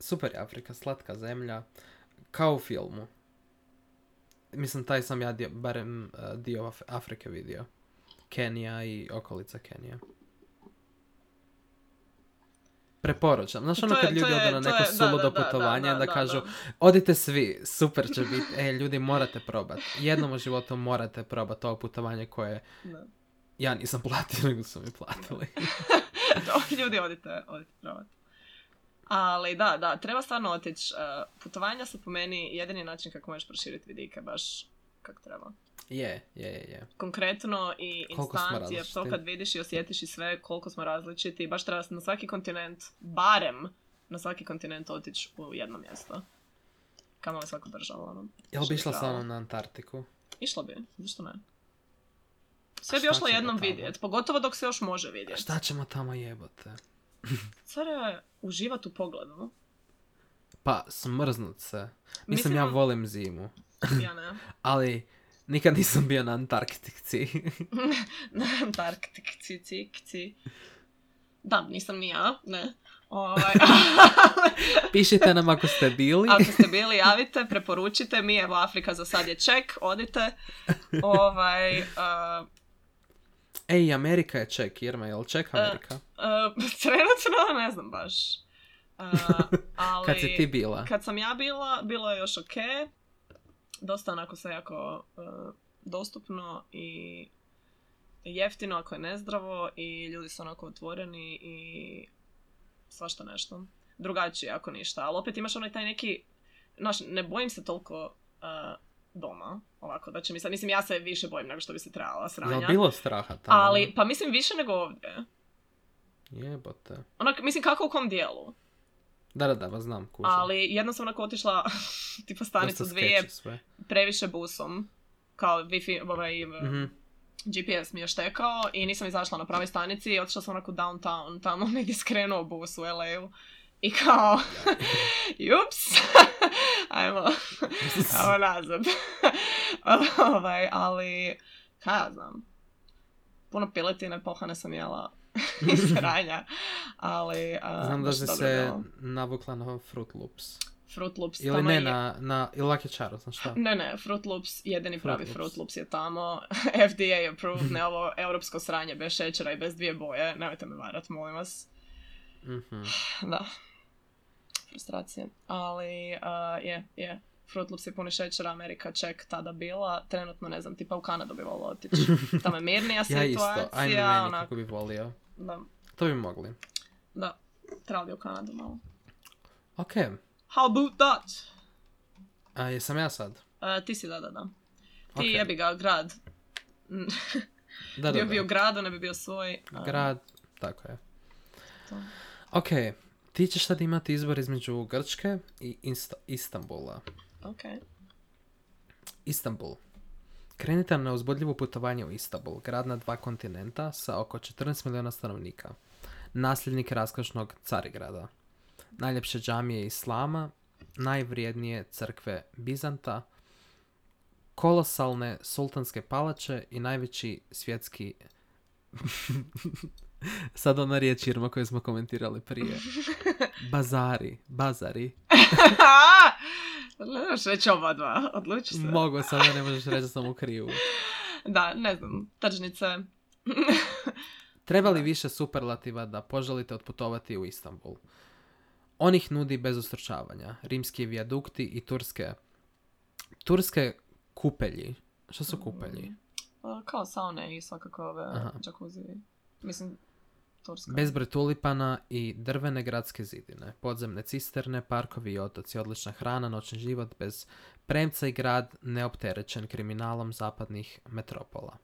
Super je Afrika, slatka zemlja. Kao u filmu. Mislim, taj sam ja dio, barem e, dio Af- Afrike vidio. Kenija i okolica Kenije. Preporučam. Znaš ono
To je-
kad
to
ljudi
je-
odu na
to je-
neko
da, da,
suludo
da, da,
putovanje
da,
da,
da,
kažu
da.
odite svi, super će biti. E, ljudi, morate probat. Jednom u životu morate probat ovo putovanje koje
Da.
ja nisam platio, nego su mi platili.
To, ljudi, odite, odite probat. Ali da, da, treba stvarno otići. eh, putovanja su po meni jedini način kako možeš proširiti vidike, baš kako treba.
Je, je, je, je.
Konkretno i
Koliko smo
instant, jer to
različiti.
kad vidiš i osjetiš i sve koliko smo različiti, baš treba na svaki kontinent, barem na svaki kontinent otići u jedno mjesto. Kamo je svaku državu, ono.
Jel bi išla
Što je
sa
pravo.
mnom na Antarktiku?
Išla bi, zašto ne? Sve bi
šta
ošla
će
jednom
tamo?
vidjet, pogotovo dok se još može
A
vidjet.
Šta ćemo tamo jebote?
Cara, uživat u pogledu.
Pa, smrznut se. Mislim,
Mislim- ono,
ja volim zimu,
Ja ne.
ali nikad nisam bio na Antarktici.
Antarktik, ci, ci, ci. Da, nisam ni ja, ne. Ovaj,
Pišite nam ako ste bili.
ako ste bili, javite, preporučite mi, evo Afrika za sad je ček, odite. Ovaj, eh,
Ej, Amerika je ček, Irma, jel
E,
ček Amerika?
eh, trenutno ne znam baš. Eh, ali...
Kad si ti bila?
Kad sam ja bila, bilo je još ok. Dosta onako sve jako e, dostupno i jeftino ako je nezdravo i ljudi su onako otvoreni i svašta nešto. Drugačije ako ništa, ali opet imaš onaj taj neki, znaš, ne bojim se toliko e, doma, ovako, da će mi sad, mislim ja se više bojim nego što bi se trebala
Jel
sranja.
bilo straha tamo?
Ali, pa mislim više nego ovdje.
Jebote.
Onak, mislim kako u kom dijelu,
Da, da, da, vas znam, kužim.
ali jednom sam onako otišla tipa stanicu
Dosta
dvije,
sketchy sve.
previše busom, kao Wi-Fi, ovaj,
Mhm.
GPS mi je štekao i nisam izašla na pravoj stanici i otišla sam onako downtown, tamo negdje skrenuo bus u LA-u. I kao, jups, ajmo, ajmo nazad. ovaj, ali, kaj ja znam, puno piletine pohane sam jela i sranja, ali... a,
Znam da
baš
si
dobro
se
bilo.
navukla na Fruit Loops.
Fruit Loops
Ili
tamo
ne,
je-
na, na ili Lucky Charo, znaš šta.
Ne, ne, Fruit Loops, jedini
Fruit
pravi
Loops. Mhm.
Fruit Loops je tamo. FDA approved, ne ovo europsko sranje bez šećera i bez dvije boje. Nemojte me varat, molim vas. Mm.
Mhm.
Da. Frustracije. Ali, uh, je, je. Fruit Loops je puni šećera, Amerika ček tada bila. Trenutno, ne znam, tipa u Kanadu bi volila otići. Tamo je mirnija
Ja isto,
situacija, ono-
ajme meni
onak,
kako bi volio.
da,
To bi mogli.
da. Trebalo bi u Kanadu malo.
Ok,
How about that?
a jesam ja sad?
Uh, ti si, da, da, da. Ti
Ok.
jebi ga, grad.
Da, da,
bio bi
da.
u gradu, ne bi bio svoj. a,
Grad, tako je.
to.
Ok, ti ćeš sad imati izbor između Grčke i Insta- Istambula.
Ok.
Istanbul. Krenite na neuzbudljivo putovanje u Istanbul, grad na dva kontinenta sa oko 14 milijuna stanovnika. Nasljednik raskošnog Carigrada. Najljepše džamije Islama, najvrijednije crkve Bizanta, kolosalne sultanske palače i najveći svjetski... Sad ona riječ Irma koju smo komentirali prije. Bazari, bazari.
Gledaš već oba dva, odluči se.
Mogu, sada ne možeš reći da sam u krivu.
Da, ne znam, tržnice.
Treba li više superlativa da poželite otputovati u Istanbul? On ih nudi bez ustručavanja. Rimski vijadukti i turske... Turske kupelji. Što
Mm.
su kupelji?
A, Kao saune i svakako ove
Aha.
jacuzzi. Mislim, Turska. E,
Bezbroj tulipana i drvene gradske zidine. Podzemne cisterne, parkovi i otoci. Odlična hrana, noćni život bez premca i grad neopterećen kriminalom zapadnih metropola.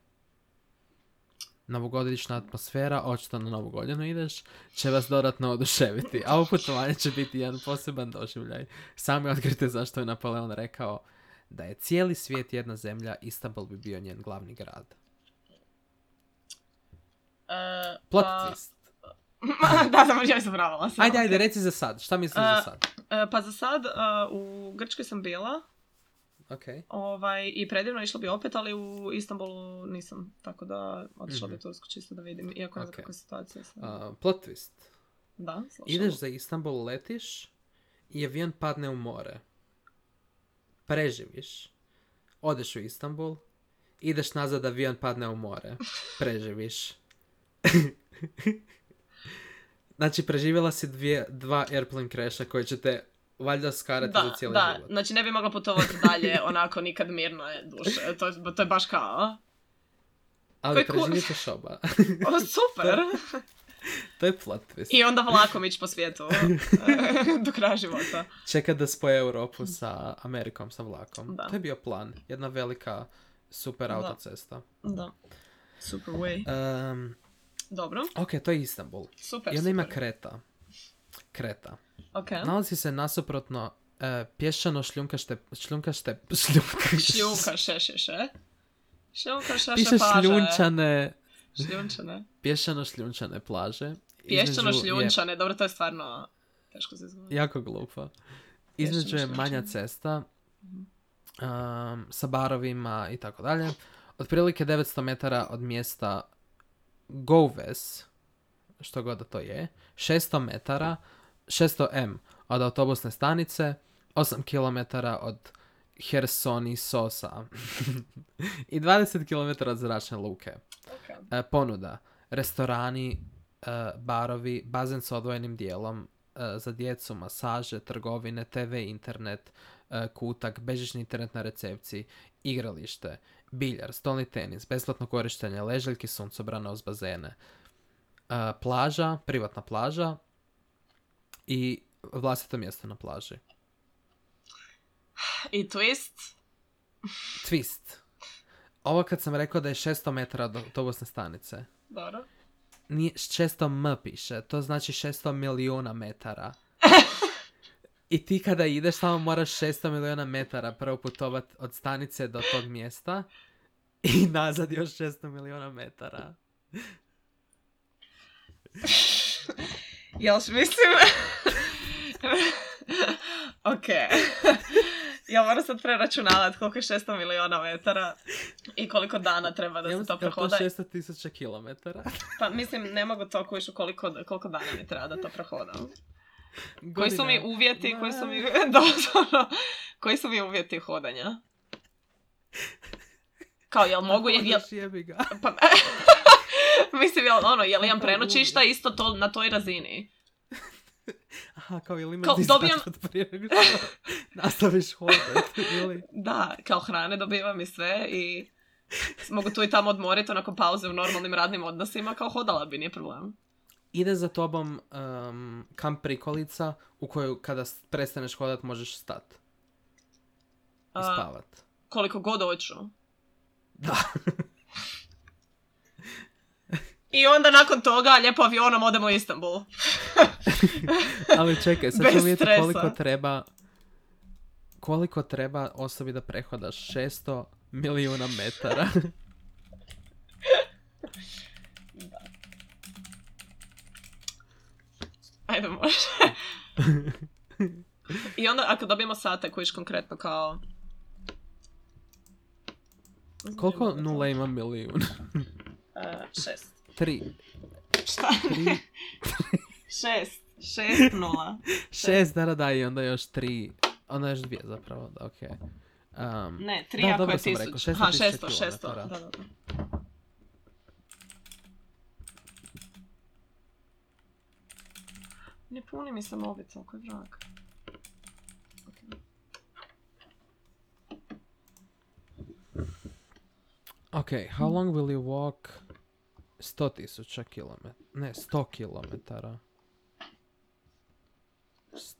Novogodišnja atmosfera, očito na novu godinu ideš, će vas dodatno oduševiti, a ovo putovanje će biti jedan poseban doživljaj. Sami otkrite zašto je Napoleon rekao da je cijeli svijet jedna zemlja, Istanbul bi bio njen glavni grad.
E,
Plot
pa-
twist.
da, da, ja sam vravala sam.
Ajde, ajde, reci za sad, šta misliš za
A-
sad?
E, pa za sad, e, u Grčkoj sam bila
Okej.
ovaj, i predivno išla bi opet, ali u Istanbulu nisam. Tako da otišla
Mhm.
bi u Tursku čisto da vidim, iako ne znam
Ok.
kakva je situacija. sad.
A, plot twist.
da, slušam.
Ideš za Istanbul, letiš i avion padne u more. Preživiš. Odeš u Istanbul, ideš nazad, avion padne u more. Preživiš. znači, preživjela si dvije, dva airplane crasha koji će te valjda skarati za
Da,
cijeli
da,
život.
znači ne bi mogla putovati dalje onako nikad mirno je duše, to, je- to je baš kao,
Ali
koji cool.
preživit ćeš oba.
o, super,
to je plot twist.
i onda vlakom ići po svijetu do kraja života.
čeka da spoje Europu sa Amerikom, sa vlakom.
Da.
To je bio plan. Jedna velika super
Da.
autocesta.
Da, super way.
Ehm,
Dobro,
ok, to je Istanbul.
super,
I onda ima
Pa, super.
Kreta. Kreta.
Ok,
Nalazi se nasuprotno e, pješano šljunkašte... Šljunkašte... Šljunkašte...
šljuka še še še, šljuka še
Piše
še paže,
šljunčane...
šljunčane,
Pješano šljunčane plaže.
pješčano
Između je
šljunčane, dobro to je stvarno teško se izgovori.
Jako glupo. Između je
šljunčane.
manja cesta um, sa barovima i tako dalje. Otprilike 900 metara od mjesta Goves, što god da to je, 600 metara, 600 m od autobusne stanice, 8 km od Hersoni Sosa i 20 km od zračne luke.
Ok.
E, ponuda. Restorani, e, barovi, bazen s odvojenim dijelom e, za djecu, masaže, trgovine, TV, internet, e, kutak, bežični internet na recepciji, igralište, biljar, stolni tenis, besplatno korištenje ležaljki, suncobrana uz bazene, e, plaža, privatna plaža i vlastito mjesto na plaži.
I twist,
Twist. Ovo kad sam rekao da je 600 metara do autobusne stanice.
dobro.
Nije, 600 m piše, to znači 600 milijuna metara. I ti kada ideš samo moraš 600 milijuna metara prvo putovat od stanice do tog mjesta i nazad još 600 milijuna metara.
Jel mislim... ok. ja moram sad preračunavati koliko je 600 miliona metara i koliko dana treba da
Jel
se to
jel to
prohoda.
600 tisuća kilometara?
Pa mislim, ne mogu to kuviš u koliko, koliko dana mi treba da to prohodam. Koji su mi
Godina.
uvjeti, koji su mi, doslovno, koji su mi uvjeti hodanja? Kao, jel mogu, jel, jel-
Hodaš, jebi ga.
pa, mislim, jel, ono, jel imam prenoćišta isto to, na toj razini?
Aha, kao ili imaš
Kao,
dispatch
dobijam-
od prije nego što nastaviš hodat ili...
Da, kao hrane dobivam i sve i mogu tu i tamo odmoriti, onako pauze u normalnim radnim odnosima, kao hodala bi, nije problem.
Ide za tobom um, kamp prikolica u koju kada s- prestaneš hodat možeš stat i
A,
spavat.
koliko god hoću.
Da.
I onda nakon toga lijepo avionom odemo u Istanbul.
Ali čekaj, sad
Bez
ćemo vidjeti
stresa.
koliko treba koliko treba osobi da prehodaš 600 milijuna metara.
Ajde, može. I onda, ako dobijemo sate, kojiš konkretno kao...
koliko nula ima milijun?
E, šest.
Tri.
Šta?
Tri.
Šest. Šest nula.
Šest, da, da, da, i onda još tri. Onda još dvije zapravo, da, okej. Um,
Ne, tri
Da,
ako
dobro
je
sam rekao,
tisuća.
600
Aha,
tisuća
šesto,
kilometara.
šesto. Da, da, da. Ne puni mi se mobitel, koji vrag. Okej.
Okay, how long will you walk 100 tisuća kilometara? Ne, 100 kilometara.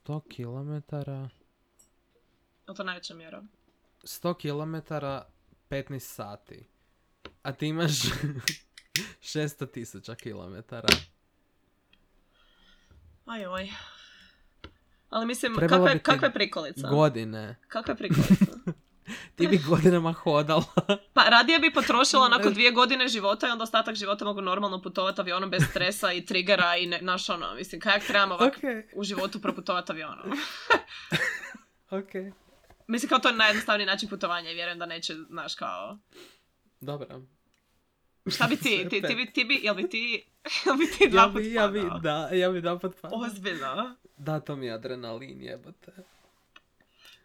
100 kilometara...
Jel to najveća mjera?
100 kilometara 15 sati. A ti imaš 600 tisuća kilometara.
Ajoj. Ali mislim,
Trebala
kakva je,
bi ti
kakva je prikolica?
Godine.
Kakva je prikolica?
Ti bi godinama hodala.
Pa radije bi potrošila onako dvije godine života i onda ostatak života mogu normalno putovati avionom bez stresa i trigera i ne, naš ono, mislim, kajak trebam ovak
ok,
u životu proputovati avionom.
ok.
Mislim, kao to je najjednostavniji način putovanja i vjerujem da neće, znaš, kao...
Dobro.
Šta bi ti,
Sve
ti, ti,
pet.
bi, ti bi, jel bi ti, jel bi ti dva
Ja bi, ja bi,
padao?
da, ja bi pa- napad padao.
Ozbiljno.
Da, to mi je adrenalin, jebate.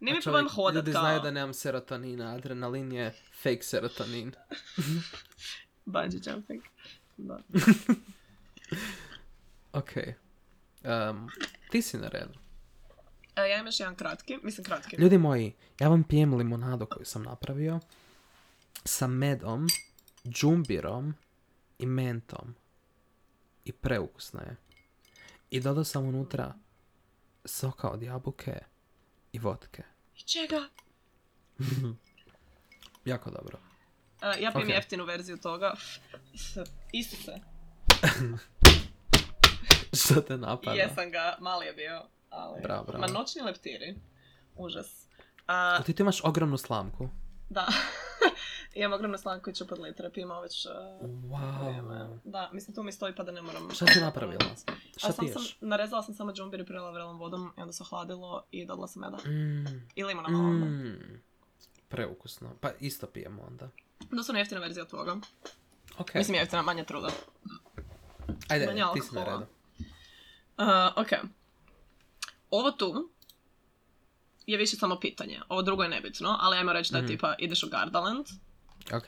Nije
A čovjek-
mi problem hodat
Ljudi
kao...
znaju da nemam serotonina, adrenalin je fake serotonin.
Bungee jumping. Da.
Ok. Um, ti si na redu.
E, ja imam još jedan kratki, mislim kratki.
Ljudi moji, ja vam pijem limonadu koju sam napravio sa medom, džumbirom i mentom. I preukusna je. I dodao sam unutra soka od jabuke i vodke.
I Čega?
Jako dobro.
E, ja pijem
Ok.
jeftinu verziju toga. Isuse. Isuse.
Što te napada?
Jesam ga, mali je bio, ali...
Pa Bravo, bravo.
Ma noćni leptiri. Užas. A,
A ti tu imaš ogromnu slamku.
da. Imam ogromno slankovića pod litre, pijem ovo već... e,
Wow.
Da, mislim tu mi stoji pa da ne moram...
Šta si napravila?
A
Šta
sam
ti
sam,
ješ?
narezala sam samo džumbir i prelila vrelom vodom i onda se ohladilo i dodala sam meda.
Mm.
I limona malo. Mm.
Mm, preukusno. Pa isto pijemo onda.
Doslovno jeftina verzija od tvoga.
Ok,
Mislim jeftina, manje truda.
ajde,
manje
ti si na
alkohola.
redu.
Uh, ok. Ovo tu je više samo pitanje. Ovo drugo je nebitno, ali ajmo reći da je
Mhm.
tipa ideš u Gardaland
Ok,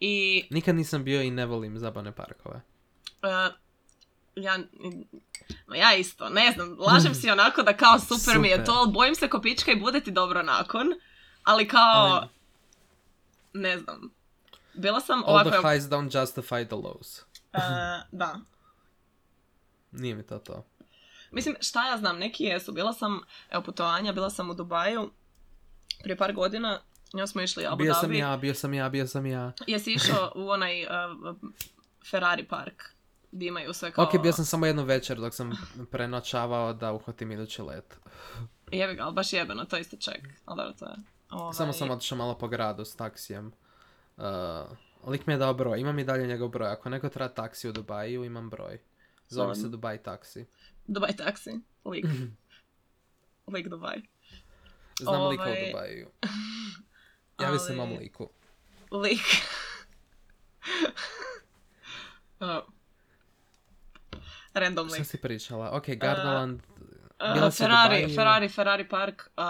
i
nikad nisam bio i ne volim zabavne parkove.
uh, ja, ma ja isto, ne znam, lažem si onako da kao super, mi je
Super.
to, ali bojim se kopička i bude ti dobro nakon, ali kao,
Ajme.
ne znam. Bila sam
All
ovako,
the highs don't justify the lows.
uh, da,
Nije mi to to.
Mislim, šta ja znam, neki jesu. Bila sam, evo, putovanja, bila sam u Dubaju prije par godina. Njom smo išli u Abu
bio sam
Dhabi.
ja, bio sam ja, bio sam ja.
Jesi išao u onaj eh, Ferrari park gdje imaju sve kao...
Ok, bio sam samo jednu večer dok sam prenoćavao da uhvatim idući let.
Jebi ga, ali baš jebeno, to isto ček. Ali dobro, to je. Ovaj,
Samo sam otišao malo po gradu s taksijem. Uh, lik mi je dao broj, imam i dalje njegov broj. Ako neko treba taksi u Dubaju, imam broj. Zove se
Stvarno?
Dubaj taksi.
Dubaj taksi, lik.
Mhm.
lik Dubaj.
Znam lika
Ovaj,
u Dubaju. Javi se
ali-
mom liku.
Lik. Uh, randomly.
Šta si pričala? Ok, Gardaland.
Uh,
Bila si u
Ferrari,
Dubaju.
Ferrari, Ferrari park uh,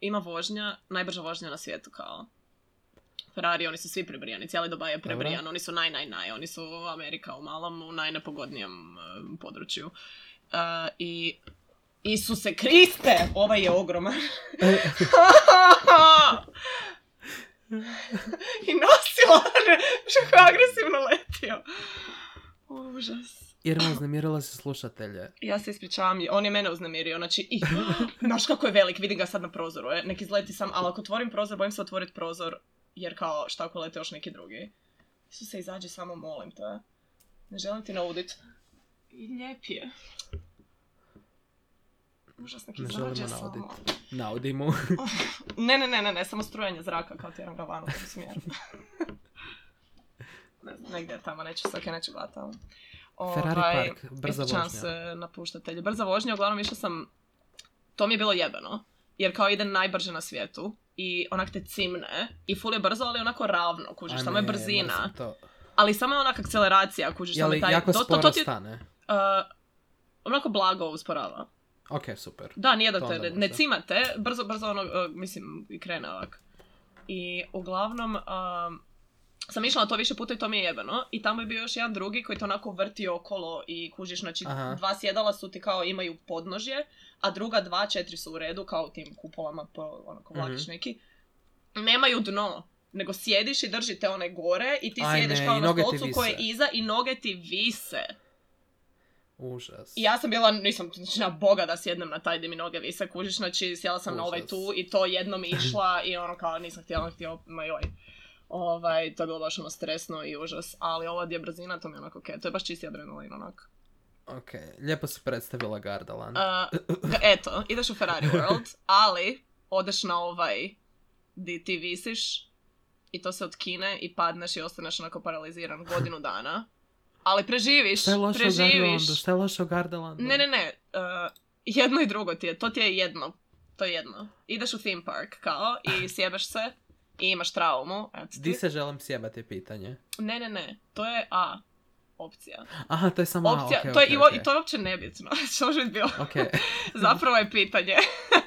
ima vožnja, najbrža vožnja na svijetu kao. Ferrari, oni su svi pribrijani, cijeli Dubaj je prebrijan,
Dobro.
oni su naj, naj, naj, oni su Amerika u malom, u najnepogodnijem uh, području. Uh, I Isuse Kriste, ovaj je ogroman. I nosila, što je agresivno letio. Užas.
Jer me uznemirila si slušatelje.
Ja se ispričavam, on je mene uznemirio, znači, i, znaš kako je velik, vidim ga sad na prozoru, e, nek izleti sam, ali ako otvorim prozor, bojim se otvoriti prozor, jer kao, šta ako lete još neki drugi. Su se izađi samo, molim te, ne želim ti naudit. I lijep je. Užasno, nek
Ne
izađe
želimo
samo.
naudit. Naudimu.
Ne, ne, ne, ne, ne, samo strujanje zraka, kao tjeram ga van u tom smjeru. ne znam, negdje je tamo, neću se, ok, neću gledati tamo.
Ferrari
Ovaj,
park, brza
Ispričavam
vožnja.
se napuštatelju. Brza vožnja, uglavnom išla sam... To mi je bilo jebeno. Jer kao ide najbrže na svijetu. I onak te cimne. I ful je brzo, ali onako ravno, kužiš.
A
Samo je
ne,
brzina.
mrzim To.
Ali samo je onak akceleracija, kužiš.
Je
Samo
li
je taj...
jako
to- to-
sporo
to ti je,
stane?
uh, onako blago usporava.
Ok, super.
Da, nije da
To
te
onda
ne,
može.
ne cimate, brzo, brzo ono, e, mislim, i krene ovak. I uglavnom, um, sam išla na to više puta i to mi je jebeno. I tamo je bio još jedan drugi koji to onako vrti okolo i kužiš, znači
Aha.
dva sjedala su ti kao imaju podnožje, a druga dva, četiri su u redu, kao u tim kupolama, po, onako vlakiš
Mhm.
neki. Nemaju dno, nego sjediš i držite one gore i ti
Ajme,
sjediš
i
kao na
noge ti
stolcu koji je
vise.
iza i noge ti vise.
Užas.
I ja sam bila, nisam znači, na boga da sjednem na taj di mi noge vise, kužiš, znači sjela sam na ovaj
Užas.
tu i to jednom išla i ono kao nisam htjela, htjela, ma joj. Ovaj, to je bilo baš ono stresno i užas, ali ova di je brzina, to mi je onako okej, to je baš čisti adrenalin onak.
Ok, lijepo si predstavila Gardaland.
Uh, eto, ideš u Ferrari World, ali odeš na ovaj di ti visiš i to se otkine i padneš i ostaneš onako paraliziran godinu dana. Ali preživiš,
Šta je loše u
preživiš.
Gardalandu? Šta je loše u Gardalandu?
Ne, ne, ne. eh, jedno i drugo ti je. To ti je jedno. To je jedno. Ideš u theme park, kao, i sjebeš se i imaš traumu. eto ti.
Di se želim sjebati je pitanje?
Ne, ne, ne. To je A opcija.
Aha, to je samo... a,
Opcija,
okej,
to, je,
okej,
i o-
okej.
i to je uopće nebitno. Što može biti bilo?
Okej.
Zapravo je pitanje.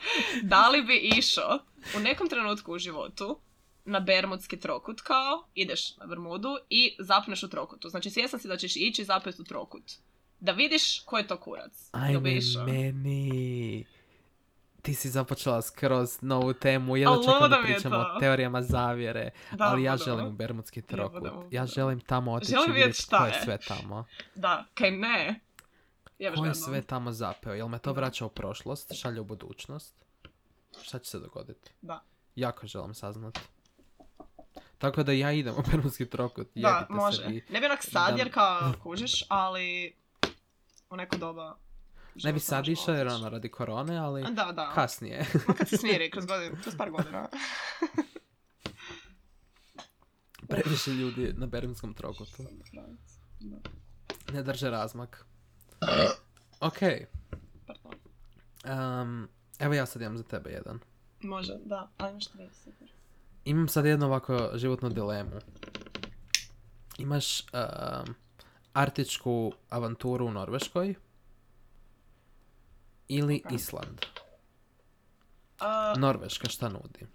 da li bi išao u nekom trenutku u životu na bermudski trokut kao, ideš na Bermudu i zapneš u trokutu. Znači svjestan si da ćeš ići i zapet u trokut. Da vidiš ko je to kurac. Jel bi
Ajme,
išao?
meni... Ti si započela skroz novu temu, jedno
Al'
čekam da
ludo mi je
pričamo
to.
o teorijama zavjere,
Da, pa
ali ja
budemo.
želim u Bermudski trokut.
budemo,
Ja
budemo.
želim tamo otići
Želim
i
vidjet
vidjeti
šta
ko je
je.
sve tamo.
Da, kaj ne. Jebeš
Ko je
ga
sve
jednom.
tamo zapeo? Jel me to vraća u prošlost, šalje u budućnost? Šta će se dogoditi?
Da.
Jako želim saznat. Tako da ja idem u Bermudski trokut.
Da,
jebite se
može.
vi.
Ne bi onak sad
Da.
jer kao kužiš, ali u neko
Ne
doba... života
bi sad
možemo
išao jer
otići.
ono radi korone, ali
Da, da.
kasnije.
Ma kad se smiri, kroz, godinu, kroz par godina.
Previše ljudi na Bermudskom trokutu. Ne drže razmak. Ok,
Pardon.
evo ja sad imam za tebe jedan.
Može, da, ali imaš tri, super.
Imam sad jednu ovako životnu dilemu. Imaš um, artičku avanturu u Norveškoj ili
Ok.
Island.
A,
Norveška šta nudi?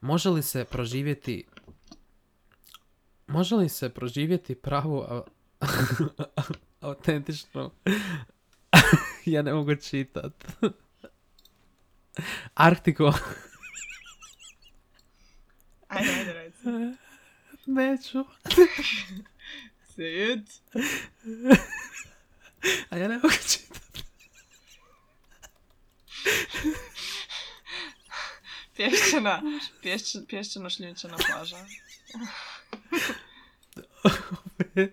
Može li se proživjeti Može li se proživjeti pravu a- autentičnu Ja ne mogu čitat. Arktiku
ajde, ajde, reci.
neću.
Sit.
A ja ne mogu čitat.
Pješćana, pješć- pješćano šljunčana plaža.
Ovo je-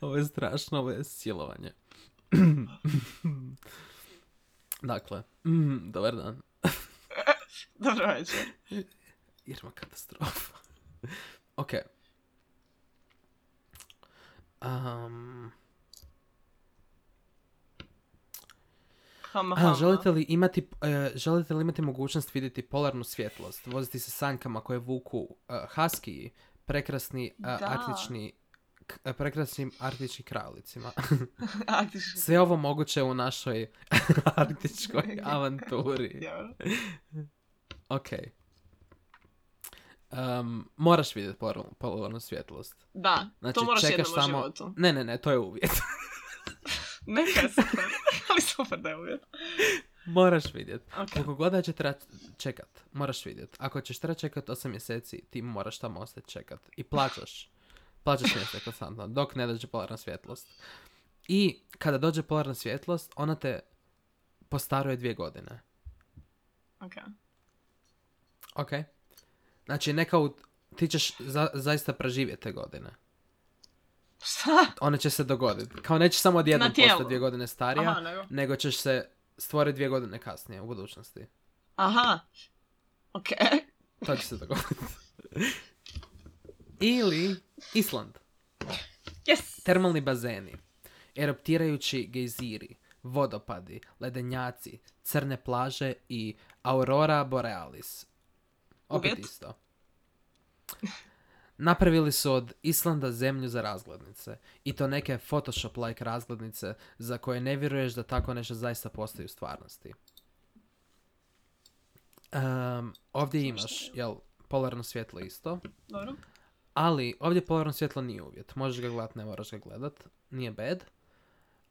Ovo je strašno, ovo je silovanje. Dakle, mm, dobar dan.
Dobro večer.
Irma katastrofa. ok. Um,
Hama, hama.
a, želite li, imati, e, želite li imati mogućnost vidjeti polarnu svjetlost, voziti se sankama koje vuku uh, haskiji, prekrasni e,
Da.
arktični k- e, prekrasnim arktičkim kravlicima.
Arktički.
Sve ovo moguće u našoj arktičkoj avanturi.
Dobro.
Ok. Um, moraš vidjeti poru- polularnu svjetlost.
Da,
Znači,
to moraš
čekaš
jednom
samo-
u životu.
Ne, ne, ne, to je uvjet.
Neka je super, ali super da je uvjet.
moraš vidjeti.
Ok.
Koliko god da će trebat čekat, moraš vidjet. Ako ćeš trebat čekat 8 mjeseci, ti moraš tamo ostati čekat. I plaćaš. Plaćaš mjesto konstantno, dok ne dođe polarna svjetlost. I kada dođe polarna svjetlost, ona te postaruje dvije godine.
Ok.
Ok? Znači, neka u... Ti ćeš za- zaista preživjeti te godine.
Šta?
One će se dogoditi. Kao neće samo odjednom
Na tijelu.
postati dvije godine starija,
Aha, nego.
nego ćeš se stvoriti dvije godine kasnije u budućnosti.
Aha. Ok.
To će se dogoditi. Ili Island.
Yes.
Termalni bazeni, eruptirajući gejziri, vodopadi, ledenjaci, crne plaže i aurora borealis. Opet
Uvjet?
isto. Napravili su od Islanda zemlju za razglednice. I to neke Photoshop-like razglednice za koje ne vjeruješ da tako nešto zaista postoji u stvarnosti. Em, ovdje imaš, jel, polarno svjetlo isto.
Dobro.
Ali ovdje polarno svjetlo nije uvjet. Možeš ga gledat, ne moraš ga gledat. Nije bad.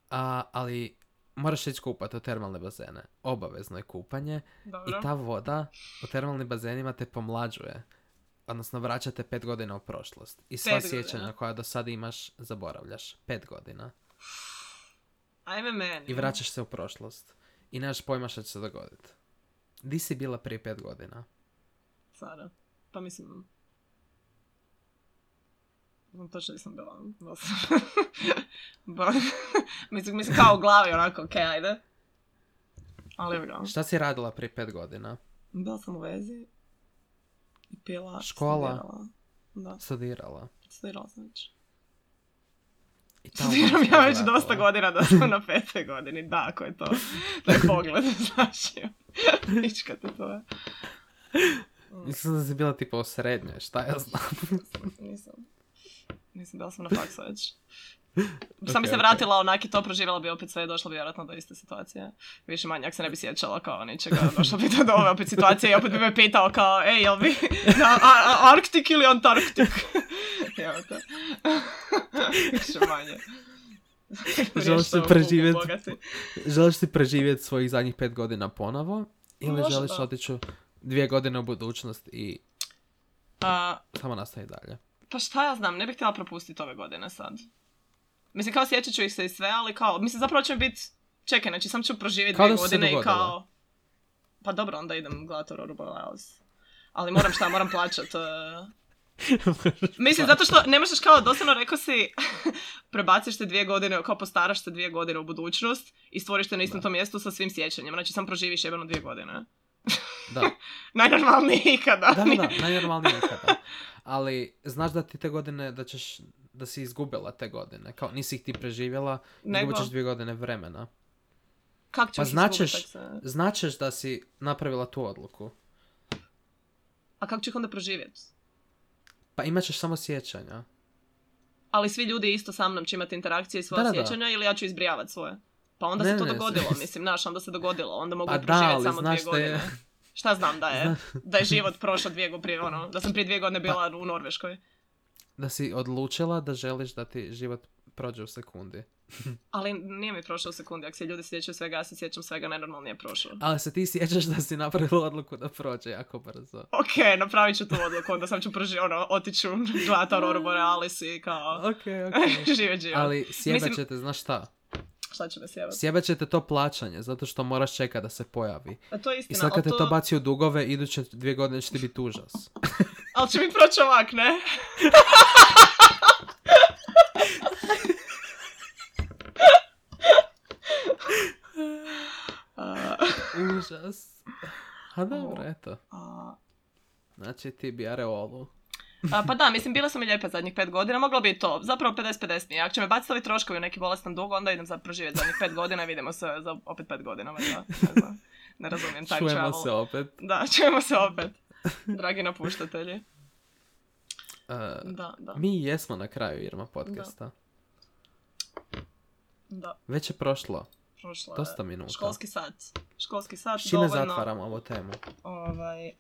A, ali moraš ići kupat u termalne bazene. Obavezno je kupanje.
Dobro.
I ta voda u termalnim bazenima te pomlađuje. Odnosno vraća te pet godina u prošlost. I sva
Pet
sjećanja
godina.
koja do sada imaš zaboravljaš. Pet godina.
Ajme meni.
I vraćaš se u prošlost. I nemaš pojma što će se dogoditi. Di si bila prije pet godina?
Sada. Pa mislim... No, točno nisam bila. ono, Bila sam. Ba- mislim, mislim kao u glavi onako, ok, ajde. Ali evo ga.
Šta si radila prije pet godina?
Bila sam u vezi. I pila.
Škola.
studirala. Da,
Studirala.
studirala sam već.
I ta voda
Studiram
te
ja već
vratila.
dosta godina da sam na petoj godini, da, ako je to taj pogled, znaš, pička te to je.
Mislim da si bila tipa u srednjoj, šta ja znam.
Nisam, nisam bila sam na faksu već. Sam
Ok,
bi se
ok.
vratila onak i to proživjela bi opet sve, došla bi vjerojatno do iste situacije. Više manje, ako se ne bi sjećala kao ničega, došla bi do ove opet situacije i opet bi me pitao kao, ej, jel bi na A- A- Arktik ili Antarktik? Evo te. Više manje.
Želiš se
Nešto
preživjeti?
bogati.
želiš ti preživjeti svojih zadnjih pet godina ponovo? Ili
Možda.
želiš otići u dvije godine u budućnost i
A,
samo nastavi dalje?
Pa šta ja znam, ne bih htjela propustiti ove godine sad. Mislim, kao sjećat ću ih se i sve, ali kao, mislim, zapravo će mi biti, čekaj, znači, sam ću proživjeti
Kao da
dvije
su se
godine i
dogodile.
kao... Pa dobro, onda idem gledat Auroru Borealis. Ali moram šta, moram plaćat. eh. Mislim, zato što ne možeš kao, doslovno rekao si, prebaciš se dvije godine, kao postaraš se dvije godine u budućnost i stvoriš te na istom
Da.
tom mjestu sa svim sjećanjem. Znači, sam proživiš jebeno dvije godine.
Da,
Najnormalnije ikada.
da, da, da najnormalnije ikada. Ali znaš da ti te godine, da ćeš, da si izgubila te godine. Kao nisi ih ti preživjela,
Nego,
izgubit ćeš dvije godine vremena.
kak ćeš
Pa
izgubit
značeš-
tak se-
Značeš da si napravila tu odluku.
A kako ću ih onda proživjeti?
Pa imat ćeš samo sjećanja.
ali svi ljudi isto sa mnom će imati interakcije i svoje
Da, da, da.
sjećanja ili ja ću izbrijavati svoje. Pa onda
Ne,
se to
ne, ne,
dogodilo,
sve-
mislim, znaš, onda se dogodilo, onda mogu
Pa da,
proživjeti
ali
samo dvije
znaš da
godine.
je-
Šta znam da je, da je život prošao dvije godine prije, ono, da sam prije dvije
Pa-
godine bila u Norveškoj.
Da si odlučila da želiš da ti život prođe u sekundi.
Ali nije mi prošao u sekundi, ako se ljudi sjećaju svega, ja se sjećam svega, najnormalnije je prošlo.
Ali se ti sjećaš da si napravila odluku da prođe jako brzo.
Ok, napravit ću tu odluku, onda sam ću proži, ono, otiću gledat Aurora Borealis i kao,
Ok, ok.
živjet život.
Ali sjebat
Mislim-
ćete, znaš šta?
Šta će me sjevat?
Sjebat ćete to plaćanje, zato što moraš čekat da se pojavi.
A E, to je istina,
I sad kad te
ali
to baci u dugove, iduće dvije godine će ti biti užas.
Ali će mi proći ovak, ne? A,
užas. A dobro, eto.
a,
Znači ti bi areolu.
a, pa da, mislim, bile su mi lijepe zadnjih pet godina, moglo bi i to. Zapravo 50-50 nije. Ako će me baciti ovi troškovi u neki bolestan dug, onda idem sad proživjeti zadnjih pet godina i vidimo se za opet pet godina. valjda. Ne, znam. ne razumijem time
Čujemo E,
travel.
se opet.
Da, čujemo se opet. Dragi napuštatelji.
E, E,
Da, da,
mi i jesmo na kraju Irma podcasta.
da.
Već je prošlo
Prošlo je
dosta minuta.
školski sat. Školski sat
S čime
dovoljno
zatvaramo ovu temu?
ovaj,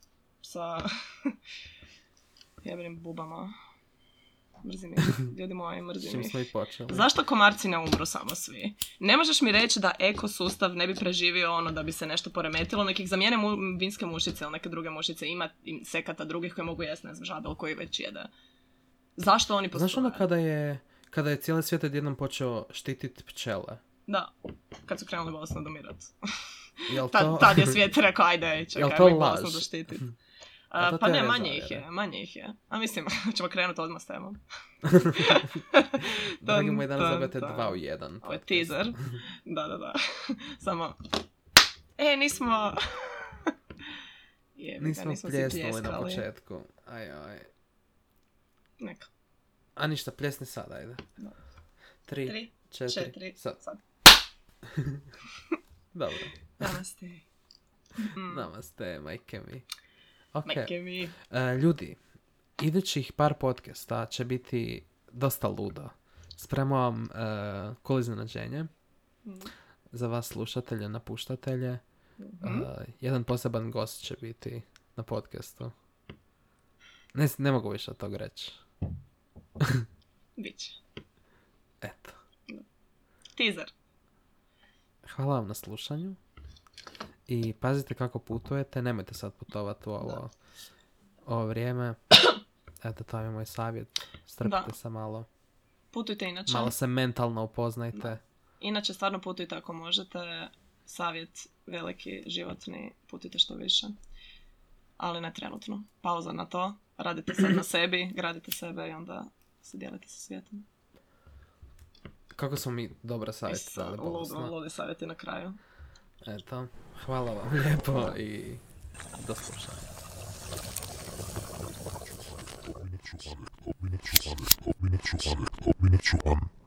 sa jebenim bubama. Mrzim ih, ljudi moji,
S
mrzim
čim
ih.
smo i počeli.
Zašto komarci ne umru samo svi? Ne možeš mi reći da ekosustav ne bi preživio ono da bi se nešto poremetilo, nekih zamijene mu, vinske mušice ili neke druge mušice, ima sekata drugih koje mogu jesti, ne znam, žabel koji već jede. Zašto oni postoje?
Znaš ono kada je, kada je cijeli svijet odjednom počeo štitit pčele?
Da, kad su krenuli bolesno domirat.
Jel
Tad,
to...
tad je svijet rekao, ajde, čekaj,
to
mi bolesno
laž? Hm.
zaštitit.
A to
pa
te
ne,
ne
manje
zavjera.
ih je, manje ih je. A mislim, ćemo krenuti odmah s temom.
Dragi
Tan,
moji, danas
tan,
dobijete
tan.
dva u jedan.
Ovo je
podcast.
teaser. Da, da, da. Samo... E, nismo... Jebi ga,
Nismo
si
pljesnuli na
pljeskali.
početku. Aj, aj.
Neka.
A ništa, pljesni sad, ajde.
Da.
Tri,
Tri,
četiri,
četiri,
sad.
sad.
Dobro,
Namaste. Mm.
namaste, majke mi. Ok,
Majke mi.
E, ljudi, idućih par podcasta će biti dosta ludo. Spremam vam e, cool iznenađenje
Mm.
za vas slušatelje, napuštatelje.
Mhm.
E, jedan poseban gost će biti na podcastu. Ne, s- ne mogu više od tog reći.
Biće.
Eto.
Teaser.
Hvala vam na slušanju. I pazite kako putujete. Nemojte sad putovati u ovo, ovo vrijeme. Eto, to je moj savjet. Strpite
Da.
se malo.
Putujte inače.
Malo se mentalno upoznajte.
Inače, stvarno putujte ako možete. Savjet veliki, životni, putujte što više. Ali ne trenutno. Pauza na to. Radite sad na sebi, gradite sebe i onda se dijelite sa svijetom.
Kako smo mi dobra savjeta
Isus,
dali
ludo,
bolesno.
lude savjeti na kraju.
Eto, hvala vam lijepo i do slušanja.
Combinazione, combinazione, combinazione, combinazione.